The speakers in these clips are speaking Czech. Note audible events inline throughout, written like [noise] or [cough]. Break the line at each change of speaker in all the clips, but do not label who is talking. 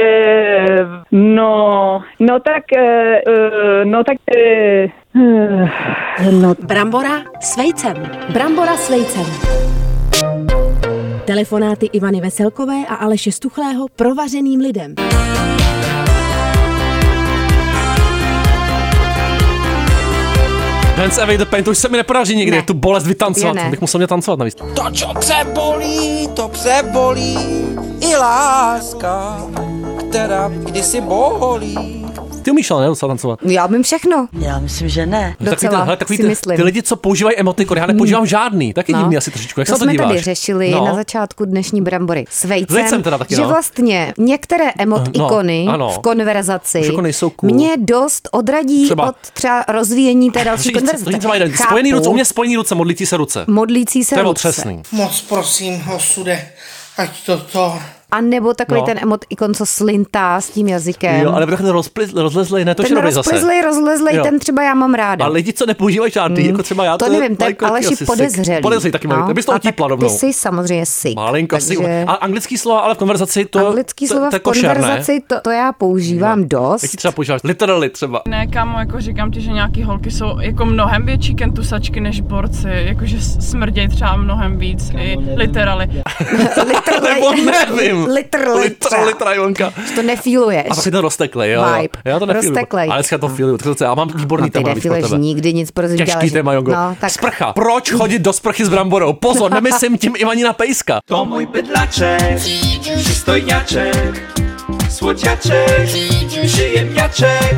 Eh, no, no tak, eh, eh, no tak, eh, eh, no
Brambora s vejcem. Brambora s vejcem. Telefonáty Ivany Veselkové a Aleše Stuchlého provařeným lidem.
Hands away the pain, to už se mi nepodaří nikdy,
Ne.
tu bolest vytancovat,
Je ne.
ne. bych musel mě tancovat navíc.
To, čo přebolí, to přebolí i láska, která kdysi bolí.
Ty umíš ale ne, docela tancovat.
Já umím všechno.
Já myslím, že ne.
No, takový,
Docela,
hele, takový
si
ty,
myslím. Hmm.
ty, lidi, co používají emotikony, já nepoužívám žádný, taky no. divný asi trošičku. Jak
to
se na to
jsme
díváš? No.
tady řešili na začátku dnešní brambory s vejcem,
Vejcem teda taky,
že
no.
vlastně některé emot
No,
ikony
ano.
v konverzaci
Už jako nejsou cool.
mě dost odradí
Třeba.
od třeba rozvíjení té další
Říct- říct vám jeden.
konverzace.
Spojený
Chápu
ruce, u mě spojený ruce, modlící se ruce.
Modlící se
To je
ruce.
otřesný.
Moc prosím, osude, ať toto...
A nebo takový
No.
ten emot ikon, co slintá s tím jazykem.
Jo, ale ten rozpliz, rozlezlej, ne, to už je
ten
dobrý zase.
rozplizlej, rozlezlej,
Jo.
ten třeba já mám ráda.
A lidi, co nepoužívají žádný, jako třeba já,
Hmm. to,
je
nevím, tak
Michael
Aleši
Kiosisek.
podezřelý. No.
Podezřelý taky mám. Bys to
a tak
utípla
Ty
rovnou.
jsi samozřejmě sick.
Malinko si.
takže-
A anglický slova, ale v konverzaci to...
Anglický
to-
slova
to je
v
košer, ne?
konverzaci, to, to já používám
Jak ti
dost.
třeba používáš? Literally třeba.
Ne, kámo, jako říkám ti, že nějaký holky jsou jako mnohem větší kentusačky než borci, jakože s- smrděj třeba mnohem víc i literally.
Literally-
Nebo nevím.
[laughs] Literally třeba.
Literally trajonka.
To nefíluješ.
A pak je ten rozteklej, jo. jo.
Vibe.
Já to nefiluju.
Rozteklej.
Ale
No.
dneska to filuju. tak to- Já mám výborný
No, ty
téma víc pro
nefileš
tebe.
nikdy nic, protože
Těžký
děláš...
téma, Jongo.
No, tak
Sprcha. Proč chodit do sprchy s bramborou?
[laughs]
Pozor, nemyslím tím Ivanina Pejska.
To můj bydlaček, přistojňaček, słodziaczek, przyjemniaczek.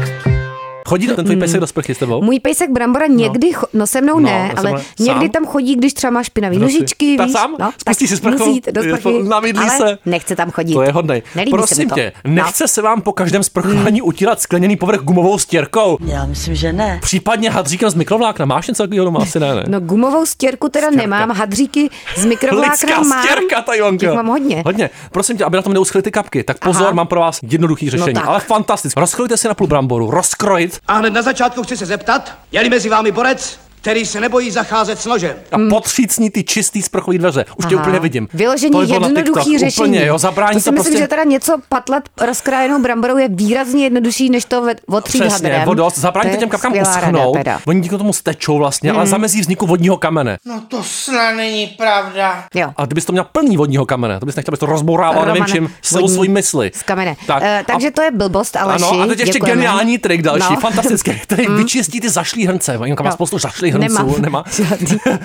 Chodí ten tvůj
Mm.
pejsek do sprchy s tebou?
Můj pejsek Brambora někdy, no, no se mnou
No,
ne,
já jsem
ale
ale
někdy
sám.
tam chodí, když třeba má špinavý
V noci.
nožičky,
Ta
víš?
sám?
No,
Spustí
tak
si sprchu,
musí jít do
je
sprchy,
to- namydlí
ale
se.
nechce tam chodit.
To je hodnej.
Nelíbí se
Prosím
mi to. No. Mm.
tě, nechce se vám po každém sprchování utírat skleněný povrch gumovou stěrkou?
Já myslím, že ne.
Případně hadříkem z mikrovlákna. Máš něco takového doma? Asi ne, ne?
No gumovou stěrku teda
Stěrka.
nemám, hadříky z
Lidská
mikrovlákna mám.
stěrka, ta Jonka.
Těch mám hodně.
Hodně. Prosím tě, aby na tom neuschly ty kapky. Tak pozor,
Aha. No
mám pro vás jednoduchý řešení,
tak.
ale fantastické. Rozkrojte si na půl bramboru, rozkrojit
A hned na začátku chci se zeptat, je-li mezi vámi borec, který se nebojí zacházet s nožem.
a potřícní ty čistý sprchový dveře. Už tě
Mm. Aha.
úplně nevidím.
Vyloženě
To by bylo na
jednoduchý
TikTok.
řešení.
Úplně, jo,
to
zabrání
si
se
myslím,
prostě.
že teda něco patlat rozkrájenou bramborou je výrazně jednodušší, než to ve- otřít
Přesně,
hadrem.
vodost,
To
zabráníte
je
těm kapkám
skvělá
uschnout,
rada teda.
oni díky tomu stečou vlastně, ale zamezí vzniku vodního kamene.
No to snad není pravda.
Jo.
A kdybys to měl plný vodního kamene, to bys nechtěl, abys to rozbourával, nevím
Romane,
čím, celou
vodní
svoji mysli.
Z kamene.
Tak,
Tak, e, takže
a-
to je blbost, ale
ano, a teď ještě
děkujeme. Mm.
geniální trik další, no. fantastický, který vyčistí ty zašlý hrnce. Malinka má
No.
spoustu zašlých hrnců,
Nemám. [laughs]
nemá. [laughs]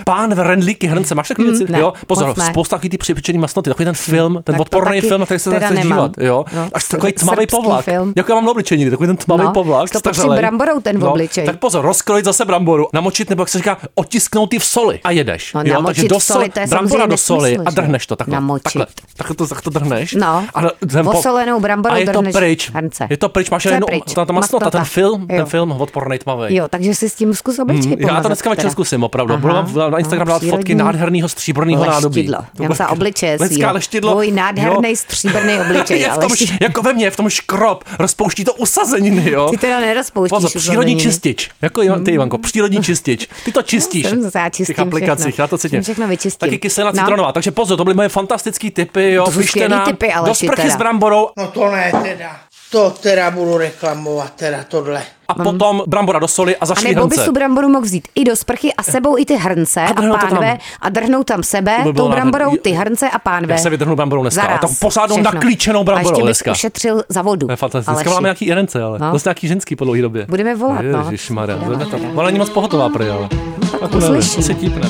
Pán v rendlíky hrnce, máš takový věci?
Mm, ne,
jo, pozor,
moc ne. Mm.
spousta takových ty připečený masnoty, takový ten film, ten
Tak to
odporný
taky
film, na který se
teda
nechce
nemám.
dívat. Jo?
No,
Až takový
srbský
tmavý povlak.
film.
Jako já mám na obličeji, někdy, takový ten tmavý
No,
povlak.
to potřebuji
stařelej.
bramborou ten
No,
obličej.
Tak pozor, rozkrojit zase bramboru, namočit nebo jak se říká, otisknout ty v soli a jedeš.
No,
jo,
namočit
takže do
v soli, to je
brambora
samozřejmě
do soli
nesmysl,
a
že?
drhneš to takhle.
Namočit.
Takhle, takhle to, tak to drhneš.
No.
A, ten po-
Osolenou bramborou
a je to
drhneš
pryč.
hrnce.
Je to pryč, máš
To je
jenom
pryč.
ta, ta masnota,
Masnota.
ten film,
Jo.
ten film odporný tmavý.
[laughs] Jo, takže si s tím zkus obličky
Hmm, Já to
pomazat
dneska večer
teda.
zkusím, opravdu.
Aha,
Budu vám na Instagram
no,
dát fotky
přírodní
nádherného stříbrného nádobí.
leštidlo. Já mám za obličeje si,
Lidská
jo.
leštidlo.
Tvůj nádherný
Jo.
stříbrný
[laughs]
obličej,
Je v tom,
Aleši.
š- jako ve mně, je v tom škrob. Rozpouští to usazeniny, jo.
Ty teda nerozpouštíš
Pozor, přírodní
usazeniny.
čistič. Jako Ivan, ty, Ivanko, přírodní čistič. Ty to čistíš.
Hmm. [laughs] Já jsem zase, já
v těch
čistím
aplikacích,
všechno.
já to cítím.
Všechno vyčistím.
Taky kyselina
No.
citronová. Takže pozor, to byly moje fantastické typy, jo.
To jsou skvělý
Pište nám
tipy,
Do
Aleši,
sprchy
teda.
s bramborou
No to ne teda. To teda budu reklamovat, teda tohle.
a potom brambora do soli a
Mm. A
zašlí
nebo bys
hrnce.
tu bramboru mohl vzít i do sprchy a sebou i ty hrnce a,
drhnout to tam.
pánve a drhnou tam sebe,
To by bylo
tou bramborou
nádherný.
ty hrnce a pánve.
Já se vydrhnu bramborou dneska, ale
Zaraz,
tak pořádnou
všechno.
naklíčenou bramborou
A ještě bys
dneska.
ušetřil za vodu.
To je fantastické.
Aleši.
Dneska máme nějaký Irence, ale
No.
no. dost nějaký ženský po dlouhé době.
Budeme volat, no.
Ježišmarja,
Budeme
zvedne to.
volat.
Ona není moc pohotová prý, ale. Tak nevím,
uslyší.
si típne.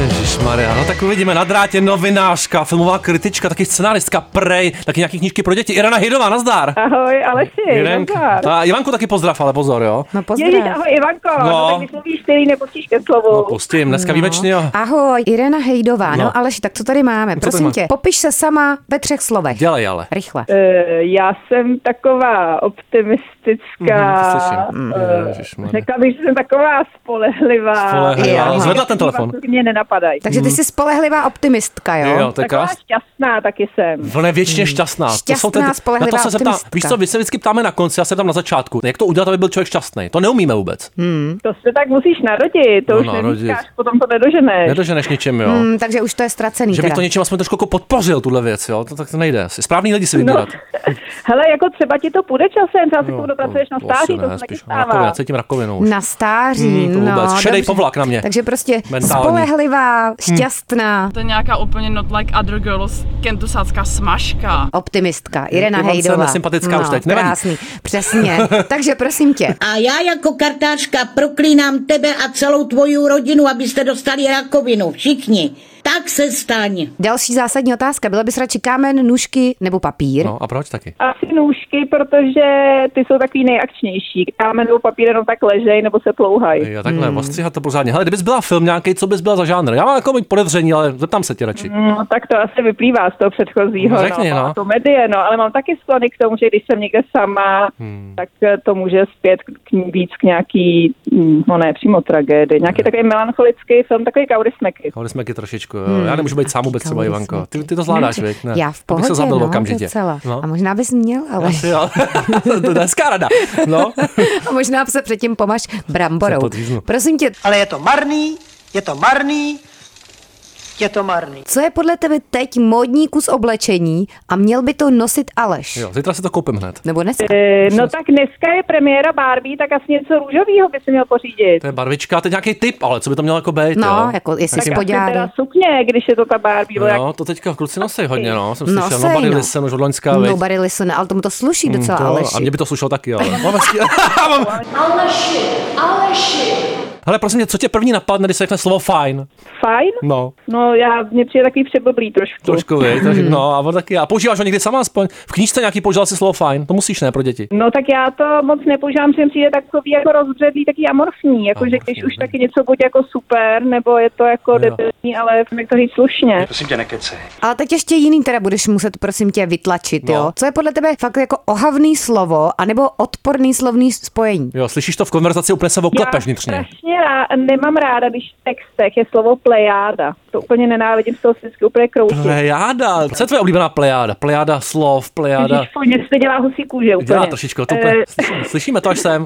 Ježišmarja, no tak uvidíme, na drátě novinářka, filmová kritička, taky scenáristka, prej, taky nějaký knížky pro děti. Irena Hidová, nazdar.
Ahoj Aleši,
Irenka.
nazdar.
A Ivanku taky pozdrav, ale pozor, jo.
No pozdrav.
Ježíš, ahoj Ivanko, no.
No.
no tak když mluvíš ty, nepustíš ke slovu.
No, pustím, dneska výjimečně, jo.
Ahoj, Irena Hejdová. No,
No.
no Aleši, tak co tady máme?
tady
Prosím
máme?
tě, popiš se sama ve třech slovech.
Dělej ale.
Rychle.
Eh, já jsem taková
Mhm,
optimistická,
to slyším.
eh,
Ježišmarja.
řekla bych, že jsem taková spolehlivá.
Spolehlivá.
Já-
Zvedla ten telefon.
Mě nenap- napadají.
Takže ty jsi spolehlivá optimistka, jo?
mm. Jo, to je
Taková
krás.
šťastná taky jsem.
Ona je věčně šťastná.
Hmm. Šťastná,
na
spolehlivá
to se zeptá,
optimistka.
víš co, vy se vždycky ptáme na konci, já se tam na začátku. Jak to udělat, aby byl člověk šťastný? To neumíme vůbec. Hmm.
To se tak musíš narodit, to
No,
už
narodit.
neříkáš, potom to nedoženeš.
Nedoženeš ničem, jo.
Hmm, takže už to je ztracený
Že bych
teda.
to něčím aspoň trošku jako podpořil, tuhle věc, jo. To tak to nejde. Správný lidi si
No.
vybírat.
No. [laughs] Hele, jako třeba ti to půjde časem, třeba se k
Jo,
tomu dopracuješ na
No, to asi
stáří, to
ne,
se taky
spíš rakovina,
stává.
já cítím rakovinu už.
Na stáří,
Hmm, to
no.
vůbec. Šedej
dobře.
povlak na mě.
Takže prostě
Mentální. Mm.
spolehlivá, šťastná
To je nějaká úplně not like other girls kentusácká smažka.
optimistka. Irena
Ivance
Hejdová.
nesympatická
no,
už teď, nevadí.
krásný,
[laughs]
přesně. takže prosím tě.
A já jako kartářka proklínám tebe a celou tvoji rodinu, abyste dostali rakovinu. Všichni. Tak se staň.
Další zásadní otázka. Byla bys radši kámen, nůžky nebo papír?
No a proč taky?
Asi nůžky, protože ty jsou takový nejakčnější. Kámen nebo papír jenom tak ležej nebo se plouhají.
Jo, takhle, hmm. ostříhat to pořádně. Hele, kdybys byla film nějaký, co bys byla za žánr? Já mám jako mít podezření, ale zeptám se tě radši.
Hmm.
No, tak to asi vyplývá z toho předchozího,
No, řekni, no.
a komedie, no, ale mám taky sklony k tomu, že když jsem někde sama, hmm. tak eh, to může zpět k- k, víc k nějaký, hm, no ne, přímo tragédii,
Hmm.
nějaký takový melancholický film, takový kaury smeky.
Chodili jsme taky trošičku, jo.
Hmm.
Já nemůžu být sám vůbec třeba, Ivanko. Ty, ty to zvládáš,
Dobře.
věď? Ne.
Já v
To bych
pohodě,
se zabil
no,
okamžitě.
docela.
No.
A možná bys měl, ale...
Asi jo. [laughs] to je hezká rada. No.
[laughs] A možná se předtím pomaž
Se
bramborou.
podříznu.
Prosím tě,
Ale je to marný, je to marný, je to marný.
co je podle tebe teď módní kus oblečení a měl by to nosit Aleš?
jo, zítra si to koupím hned.
Nebo dneska?
Eh, No tak dneska je premiéra Barbie, tak asi něco růžového by si měl pořídit.
To je barvička, teď nějaký typ, ale co by to mělo jako být,
No,
jo?
jako jestli
Tak
jsi
já-
Asi
podělá.
teda sukně, když je to ta Barbie, nebo jak
Jo, to teďka kluci nosí hodně, no, jsem
No,
slyšel.
sej,
No, Barry
no.
Listen už od loňska,
No,
viď?
Barry Listen, ale tomu to sluší docela
Mm, To-
Aleši.
A mě by to slušelo taky, No, vlastně- ale. Mám hezký... Mám... [laughs] Hele, prosím tě, co tě první napadne, když se řekne slovo fajn?
fajn?
No,
No já, mně přijde takový přeblblý trošku.
trošku, viď? takže- No, a on taky. A používáš ho někdy sama aspoň? V knížce nějaký používal si slovo fajn, to musíš, ne, pro děti.
No tak já to moc nepoužívám, že mi přijde takový jako rozbředlý, taky amorfní, jako že
Amorfní,
když už
dobrý.
taky něco buď jako super, nebo je to jako
Jo.
debilní, ale jak to říct slušně.
Prosím tě, nekecej.
Ale teď ještě jiný teda budeš muset, prosím tě, vytlačit,
No.
jo? Co je podle tebe fakt jako ohavný slovo, anebo odporný slovný spojení?
Jo, slyšíš to v konverzaci, úplně se
já
oklepeš vnitřně.
strašně rá, nemám ráda, když v textech je slovo plejáda. To úplně nenávidím, z toho se vždycky úplně kroutím.
Plejáda, co je tvoje oblíbená plejáda? Plejáda slov, plejáda...
Ježiš, fuj, mě se dělá husí kůže úplně.
Dělá trošičku, to úplně...
Eh,
slyšíme- Slyšíme to až sem.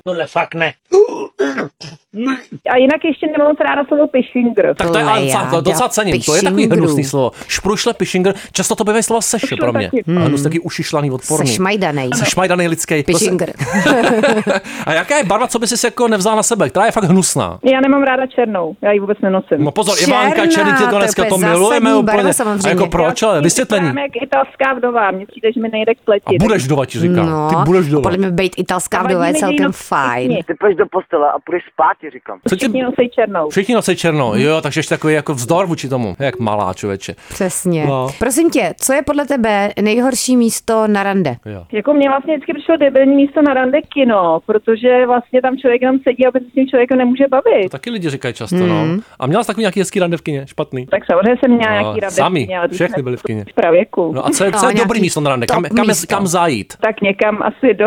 a jinak ještě nemám moc ráda slovo pišingr.
Tak to je ale docela,
Plejáda,
to docela cením, to je takový
pišingru.
hnusný slovo. Šprušle, pišingr, často to bývají slova seše
Šlu
pro mě.
taky.
A
Hmm.
hnus taky ušišlaný, odporný.
Sešmajdanej.
Sešmajdaný lidský. To se-
Pišingr.
[laughs] A jaká je barva, co by si jako nevzal na sebe, která je fakt hnusná?
Já nemám ráda černou, já ji vůbec nenosím.
No pozor,
Černá,
Ivánka, černý
to
tě
je
to dneska, to
úplně
milujeme
zásadní
úplně.
barva
A
samozřejmě.
jako proč, ale vysvětlení.
Vypadám jak italská vdova, mně přijde, že mi nejde k pleti.
A budeš dova, ti říkám.
No,
Ty budeš dova.
podle mě být italská
Vadí
vdova je
mi
celkem
jenom
fajn.
všichni.
Ty půjdeš do postele a půjdeš spát, ti říkám.
Co ti...
Všichni nosí černou.
Všichni nosí černou, jo, takže jsi takový jako vzdor vůči tomu, jak malá člověče.
Přesně.
No.
Prosím tě, co je podle tebe nejhorší místo na rande?
Jo.
Jako mě vlastně vždycky přišlo debilní místo na rande kino, protože vlastně tam člověk jenom sedí a vůbec se s tím člověkem nemůže bavit.
Taky lidi říkají často,
Hmm.
no. A měla jsi takový nějaký hezký rande v kyně, špatný.
Tak samozřejmě jsem měla
No,
nějaký rande
sami,
v kyně, ale to
všechny
jsme
byly v kyně.
V pravěku.
No a co je,
No,
co je dobrý
nějaký
místo na rande? Kam,
top
kam, je-
místo.
kam zajít?
Tak někam asi do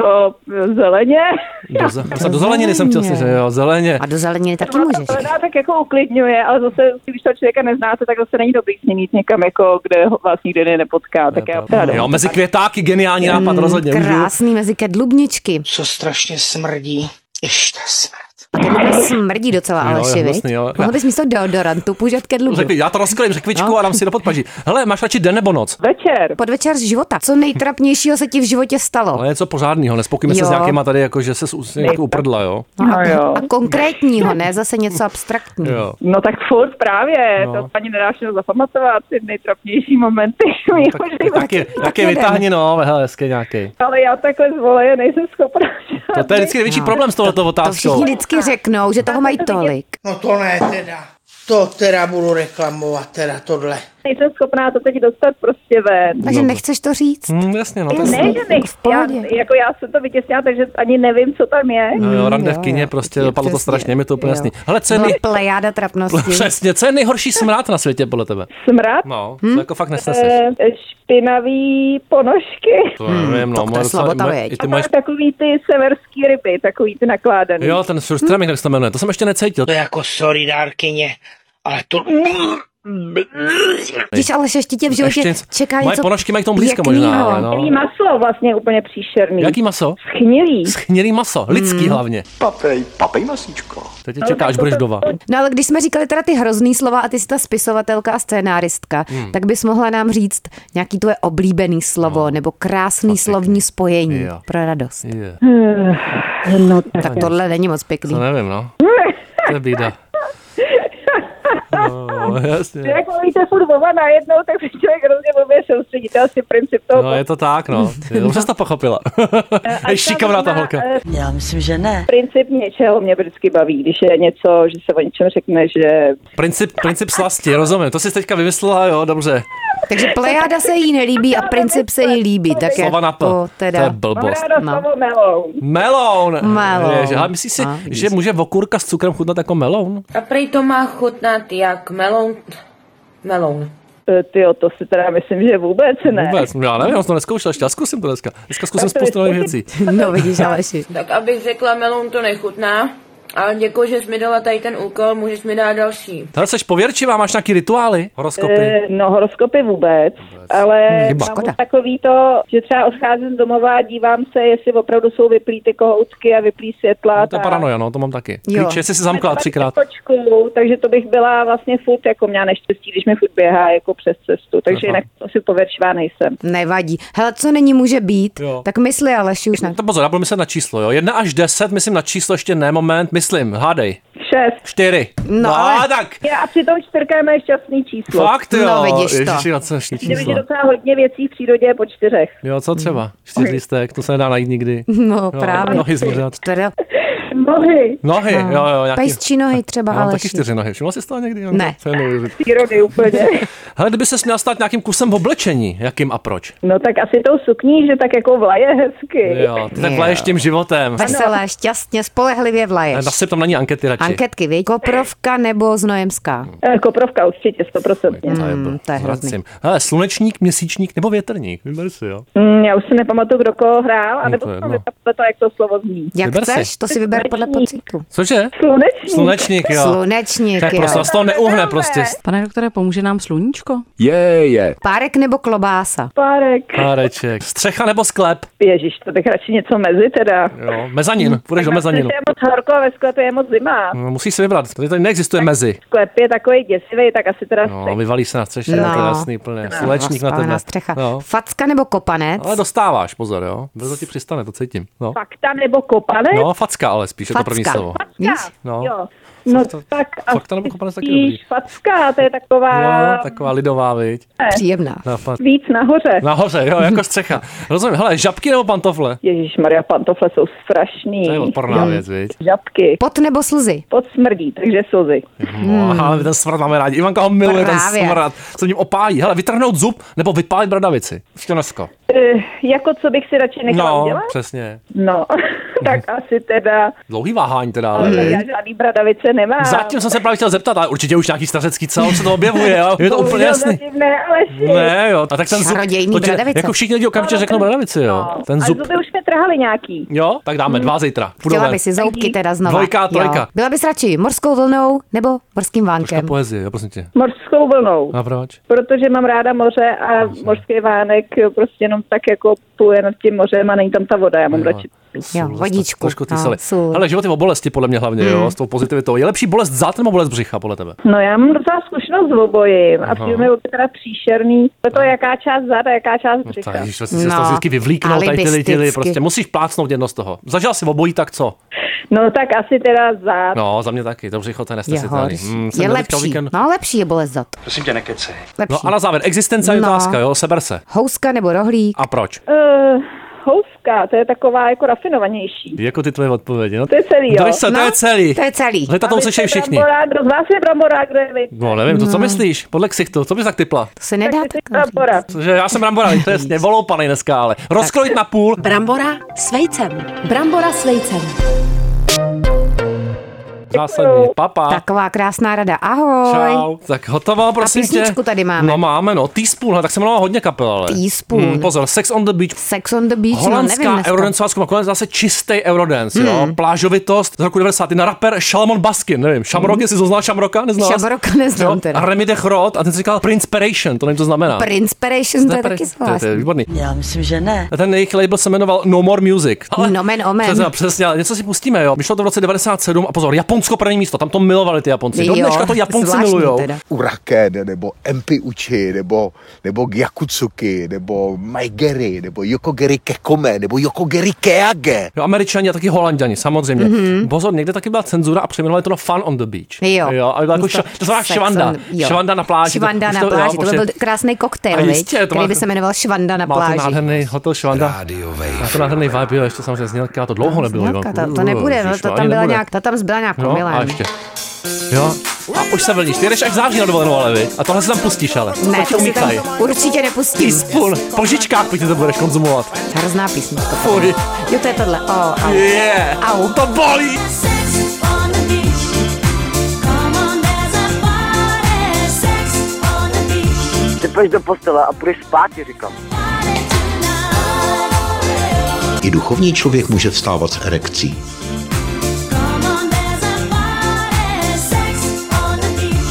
eh, zeleně.
Do, ze- jsem do zeleniny jsem chtěl si, že jo, zeleně.
A do zeleniny taky
Ona ta [laughs]
můžeš.
zelená tak jako uklidňuje, ale zase, když toho člověka neznáte, tak zase není dobrý s ním jít někam, jako, kde ho- vás nikdy ne- nepotká. Tak já teda
Jo,
jdu.
mezi květáky, geniální nápad, rozhodně. už jdu.
Mm, Krásný mezi kedlubničky.
Co strašně smrdí. Ještě smrt.
A kedlubny smrdí docela,
Jo, jo,
Aleši, viď?
hnusný, jo.
Mohl bys místo deodorantu půjčet kedlubnu.
Řekli, já to rozkryjím řekvičku
No.
a dám si do podpaží. Hele, máš radši den nebo noc?
Večer.
Podvečer z života. Co nejtrapnějšího se ti v životě stalo?
Ale něco pořádného, nespokojíme se
Jo.
s nějakýma tady, jako že se uprdla, jo?
No jo.
A konkrétního, ne zase něco abstraktního.
Jo.
No tak furt právě,
No.
no. to ani nedáš jenom zapamatovat, ty nejtrapnější momenty [laughs] mého
No, Tak,
života.
tak, je, tak je
jeden.
vytáhni, no, hele, hezký nějaký.
Ale já takhle zvoleje nejsem schopná.
To, to je vždycky největší problém s touhletou
No. To
otázkou.
všichni vždycky řeknou, že toho mají tolik.
No to ne teda. To teda budu reklamovat, teda tohle.
Nejsem schopná to teď dostat prostě ven.
Takže nechceš to říct?
Hm, jasně, no. To je...
Ne, že nech,
v
já,
pohodě.
jako já jsem to vytěsnila, takže ani nevím, co tam je.
No jo, rande v
Mm, Jo,
kyně,
jo,
prostě
je
dopadlo to
přesně,
strašně, mi to úplně
jo.
jasný. Hele, co je
Byla
nej...
No, plejáda
[laughs]
trapnosti.
Přesně, co je nejhorší smrát na světě podle tebe?
Smrad,
No,
Hm?
to jako fakt nesneseš.
eh, špinavý ponožky. [laughs]
To já nevím, no,
Hmm, tak to je
moje docela-
slabota,
moje-
viď?
i
A
ty moje...
pak takový ty severský ryby, takový ty nakládaný.
Jo, ten surstreming, jak se to jmenuje, to jsem ještě necítil.
To je jako solidárkyně, ale to...
Když ale ještě tě v životě
Ještě něco-
čeká
Moje
něco
ponožky mají k tomu blízko možná,
pěknýho.
ale no.
Jaký maslo vlastně úplně příšerný.
Jaký maso?
Schnilý.
Schnělý maso, lidský
Hmm.
hlavně. Papej, papej masíčko. Teď tě čeká, až budeš dova.
No ale když jsme říkali teda ty hrozný slova a ty jsi ta spisovatelka a scénáristka, hmm. tak bys mohla nám říct nějaký tvoje oblíbený slovo no. nebo krásný
Fakt pěkný.
slovní spojení
Jo.
pro radost.
Je,
No,
Tak tohle není moc pěkný.
to nevím, no. To je bída. No, jasně.
jak mluvíte furt oba najednou, tak se člověk hrozně blbě soustředí. To je asi princip toho.
No, je to tak,
[laughs]
no. Je, Dobře jsi to pochopila. [laughs] Je šikovná ta holka.
Já myslím, že ne.
Princip něčeho mě vždycky baví, když je něco, že se o něčem řekne, že
Princip, princip slasti, rozumím. To jsi teďka vymyslela, jo, dobře.
Takže plejáda se jí nelíbí a princip se jí líbí. Tak
Slova na P.
jako
To
teda...
je
mám
blbost.
ráda
no.
slovo melou.
Meloun.
Meloun.
Ježi, ale myslíš si,
A,
že může okurka s cukrem chutnat jako meloun?
A prej to má chutnat jak melon, melon.
E, Ty to si teda myslím, že vůbec ne.
Vůbec, já nevím, já jsem to neskoušel, ještě já zkusím to dneska. Dneska zkusím spoustu nových věcí.
No vidíš, Aleši.
Tak abych řekla, melon No, to nechutná. Ale děkuji, že jsi mi dala tady ten úkol, můžeš mi dát další.
Tady jsi pověrčivá, máš nějaký rituály, horoskopy.
Eh, No, horoskopy vůbec, ale
Chyba.
Škoda.
mám takový to, že třeba odcházím z domova a dívám se, jestli opravdu jsou vyplý ty kohoutky a vyplý světla.
No, to je paranoja, no, to mám taky.
Jo.
Klíče jsi si zamkla třikrát.
Kočku, takže to bych byla vlastně furt jako měla neštěstí, když mi furt běhá jako přes cestu, takže
Aha.
jinak asi poverčivá nejsem.
Nevadí. Hele, co není může
[laughs]
být,
Jo.
tak mysli Aleši už na...
To pozor, já budu myslet na číslo, jo. Jedna až deset, myslím na číslo, ještě ne, moment, myslím, hádej.
Šest.
Čtyři.
No, ale-
tak.
Já, a přitom čtyřka je moje šťastný číslo.
Fakt, jo.
No, vidíš to.
Ježiši, na co je
Přijde mi,
číslo.
že docela hodně věcí v přírodě je po čtyřech.
Jo, co třeba? Čtyřlistek, to se nedá najít nikdy.
No
Jo,
právě.
Nohy zvířat.
Teda...
Nohy.
Nohy,
No.
jo, jo, nějaký...
Pejsčí nohy třeba,
Já mám taky
Aleši.
čtyři nohy. Všimla jsi z toho někdy?
Ne.
To je neuvěřitelné.
Přírody
[laughs]
úplně.
Hele, kdyby se měl stát nějakým kusem v oblečení, jakým a proč?
No tak asi tou sukní, že tak jako vlaje hezky.
Jo, ty tak
Jo.
pleješ tím životem.
Veselé, šťastně, spolehlivě vlaješ.
Nasyp tam na ní ankety radši.
Anketky, víš? Koprovka nebo Znojemská?
Eh, Koprovka určitě, stoprocentně.
To je,
Mm, to je hrozný.
vracím. Hele, slunečník, měsíčník nebo větrník? Vyber si, jo.
Mm, já už si nepamatuju, kdo koho hrál, anebo
to je
no to,
jedno.
podle toho, jak to slovo zní.
Jak
Vyber si.
chceš, to si vyber podle pocitu.
Cože?
Slunečník.
Slunečník, jo.
Slunečník,
tak
jo.
prostě, z toho neuhne prostě.
Pane doktore, pomůže nám sluníčko?
Je, je.
Párek nebo klobása?
Párek.
Páreček. Střecha nebo sklep?
Ježíš, to bych radši něco mezi teda.
Jo, mezanin. Půjdeš do mezaninu.
Protože je moc horko a ve sklepě je moc zima.
No, musíš si vybrat, tady, tady neexistuje mezi.
Sklep je takový děsivý, tak asi teda
No,
stek.
vyvalí se na střeše,
No.
no. to je jasný plně. Slunečník na
Spálená
tebe.
střecha.
No.
Facka nebo kopanec?
Ale dostáváš, pozor, jo. Brzo ti přistane, to cítím. No.
Fakta nebo kopanec?
No, facka ale spíš, je to první
Facka.
slovo.
Facka.
No.
Jo. No
Fakta-
tak
fakta nebo kopanec taky dobrý.
spíš facka, to je taková
No, taková lidová, viď?
Příjemná.
Na fa-
víc nahoře.
Nahoře, jo, jako střecha. Rozumím, hele, žabky nebo pantofle?
Ježíš Maria, pantofle jsou strašný.
To je odporná věc, viď?
Žabky.
Pot nebo slzy?
Pod smrdí, takže slzy.
No, ale ten smrad máme rádi. Ivanka ho miluje,
Právě.
ten smrad. Co ním opájí. Hele, vytrhnout zub nebo vypálit bradavici. Štěnesko.
Eh, jako co bych si radši nechala
No,
dělat?
přesně.
No, [laughs] tak asi teda,
Dlouhý váhání teda, ale...
ale já žádný bradavice nemám.
Zatím jsem se právě chtěl zeptat, ale určitě už nějaký stařecký cel se to objevuje, jo? Je to úplně
Bohužel
jasný.
zatím Ne, ale si.
Ne, jo, a tak ten zub,
Čarodějný
to tě-
bradavice.
jako všichni lidi okamžitě řeknou bradavici, jo. Ten zub,
No, A zuby už jsme trhali nějaký.
jo, tak dáme dva zítra. Půjdou
Chtěla
ven.
by si zoubky teda znova.
Dvojka,
Jo.
trojka.
Byla bys radši morskou vlnou nebo morským
Troška
vánkem?
poezie, jo, prosím tě.
Mořskou vlnou.
A proč?
Protože mám ráda moře a mořský vánek prostě jenom tak jako pluje nad tím mořem a není tam ta voda, já mám radši.
Jo, vodičku.
Trošku ty
No,
sely.
sůl. Hmm.
Ale život je o bolesti, podle mě hlavně, jo, s tou pozitivitou. Je lepší bolest zad nebo bolest břicha, podle tebe?
No já mám docela zkušenost s obojím a přijde mi obě teda příšerný. To je to, jaká část zada, jaká část břicha.
Tak, že si no,
No,
to vždycky vyvlíknou, tady ty lidi,
alibisticky.
prostě musíš plácnout jedno z toho. Zažil jsi obojí, tak co?
No tak asi teda zad.
No, za mě taky, to břicho to je
Je,
nesnesitelný.
horší.
Mm, jsem
je
měl
lepší.
teďka víkend-
No lepší je bolest zad.
Prosím tě, nekecej.
Lepší.
No a na závěr, existence je
No.
otázka, jo, seber se.
Houska nebo rohlík?
A proč?
Uh, houska, to je taková jako rafinovanější.
Jako ty tvoje odpovědi. No,
To je celý, jo.
Drž se, to
No,
je celý.
to je celý.
Leta tomu
Vy jste
slyšej všichni.
Brambora, kdo z vás je brambora, kdo je vy?
No, nevím, to co myslíš? Podle ksichtu, co bys tak typla?
To se nedá
Tak jste
tak
brambora.
Že já jsem Rambora, to je jasně, volou panej dneska, ale rozkrojit na půl.
Brambora s vejcem. Brambora s vejcem.
Zásadně. Papa.
Taková krásná rada. Ahoj.
Čau. Tak hotovo, prosím
písničku
tě.
tady máme.
No máme, no. Teaspool, no, tak jsem měla hodně kapel, ale. Hmm,
Teaspool.
pozor, Sex on the Beach.
Sex on the Beach, no nevím
Holandská
dneska.
eurodancová skupina, nakonec zase čistý eurodance,
Hmm.
jo. Plážovitost z roku 91. Rapper Shalmon Baskin, nevím. Shamrock, jestli jsi znal Shamrocka, neznal?
Shamrocka neznám teda.
A Remy Dechrot, a ten si říkal Prinspiration, to nevím, co znamená.
Prinspiration, to je
Pre- to
taky
je- to je
zvláštní.
výborný.
Já myslím, že ne.
A ten jejich label se jmenoval No More Music. Ale
Nomen omen.
Přesně, přesně, ale něco si pustíme, jo. Myšlo to v roce 97 a pozor, Japonsko první místo, tam to milovali ty Japonci. Do
Jo,
dneška to Japonci
zvláštní
milujou.
teda.
Uraken, nebo Empi Uchi, nebo, nebo Gyakutsuki, nebo Maigeri, nebo Yokogeri Kekome, nebo Yokogeri Keage.
Jo, američani a taky holanděni, samozřejmě. Mm-hmm. Pozor, někde taky byla cenzura a přejmenovali to na Fun on the Beach.
Mhm. Jo.
jo a bylo jako ša, to znamená
Sex
švanda.
on- jo.
Švanda na pláži.
Švanda
už
na
to- jo,
pláži, to by
prostě-
byl krásný
A
koktejl,
jistě,
viď,
to
který
má-
by se jmenoval Švanda na
Má to
pláži.
nádherný hotel Švanda. Rádiovej. Má to nádherný vibe, jo, ještě samozřejmě znělka, to dlouho nebylo.
No, Znělka,
Ivanko.
to, to nebude, no,
Ježiš, jako-
to
ani
tam byla
nebude.
nějak, ta tam zbyla nějak
No,
omylem.
a ještě. Jo. A už se vlníš, ty jdeš až v září na dovolenou, ale vy. A tohle si tam pustíš, ale.
Ne,
ti
to si tam
umíchají.
určitě nepustím.
Teaspool, po žičkách, pojď to budeš konzumovat.
Hrozná písnička.
Fuj.
Jo, to je tohle. O, au.
Yeah.
Au.
To bolí.
Ty půjdeš do postele a půjdeš spát, ti říkám.
I duchovní člověk může vstávat s erekcí.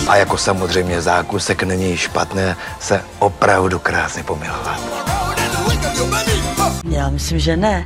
A jako samozřejmě zákusek není špatné se opravdu krásně pomilovat.
Já myslím, že ne.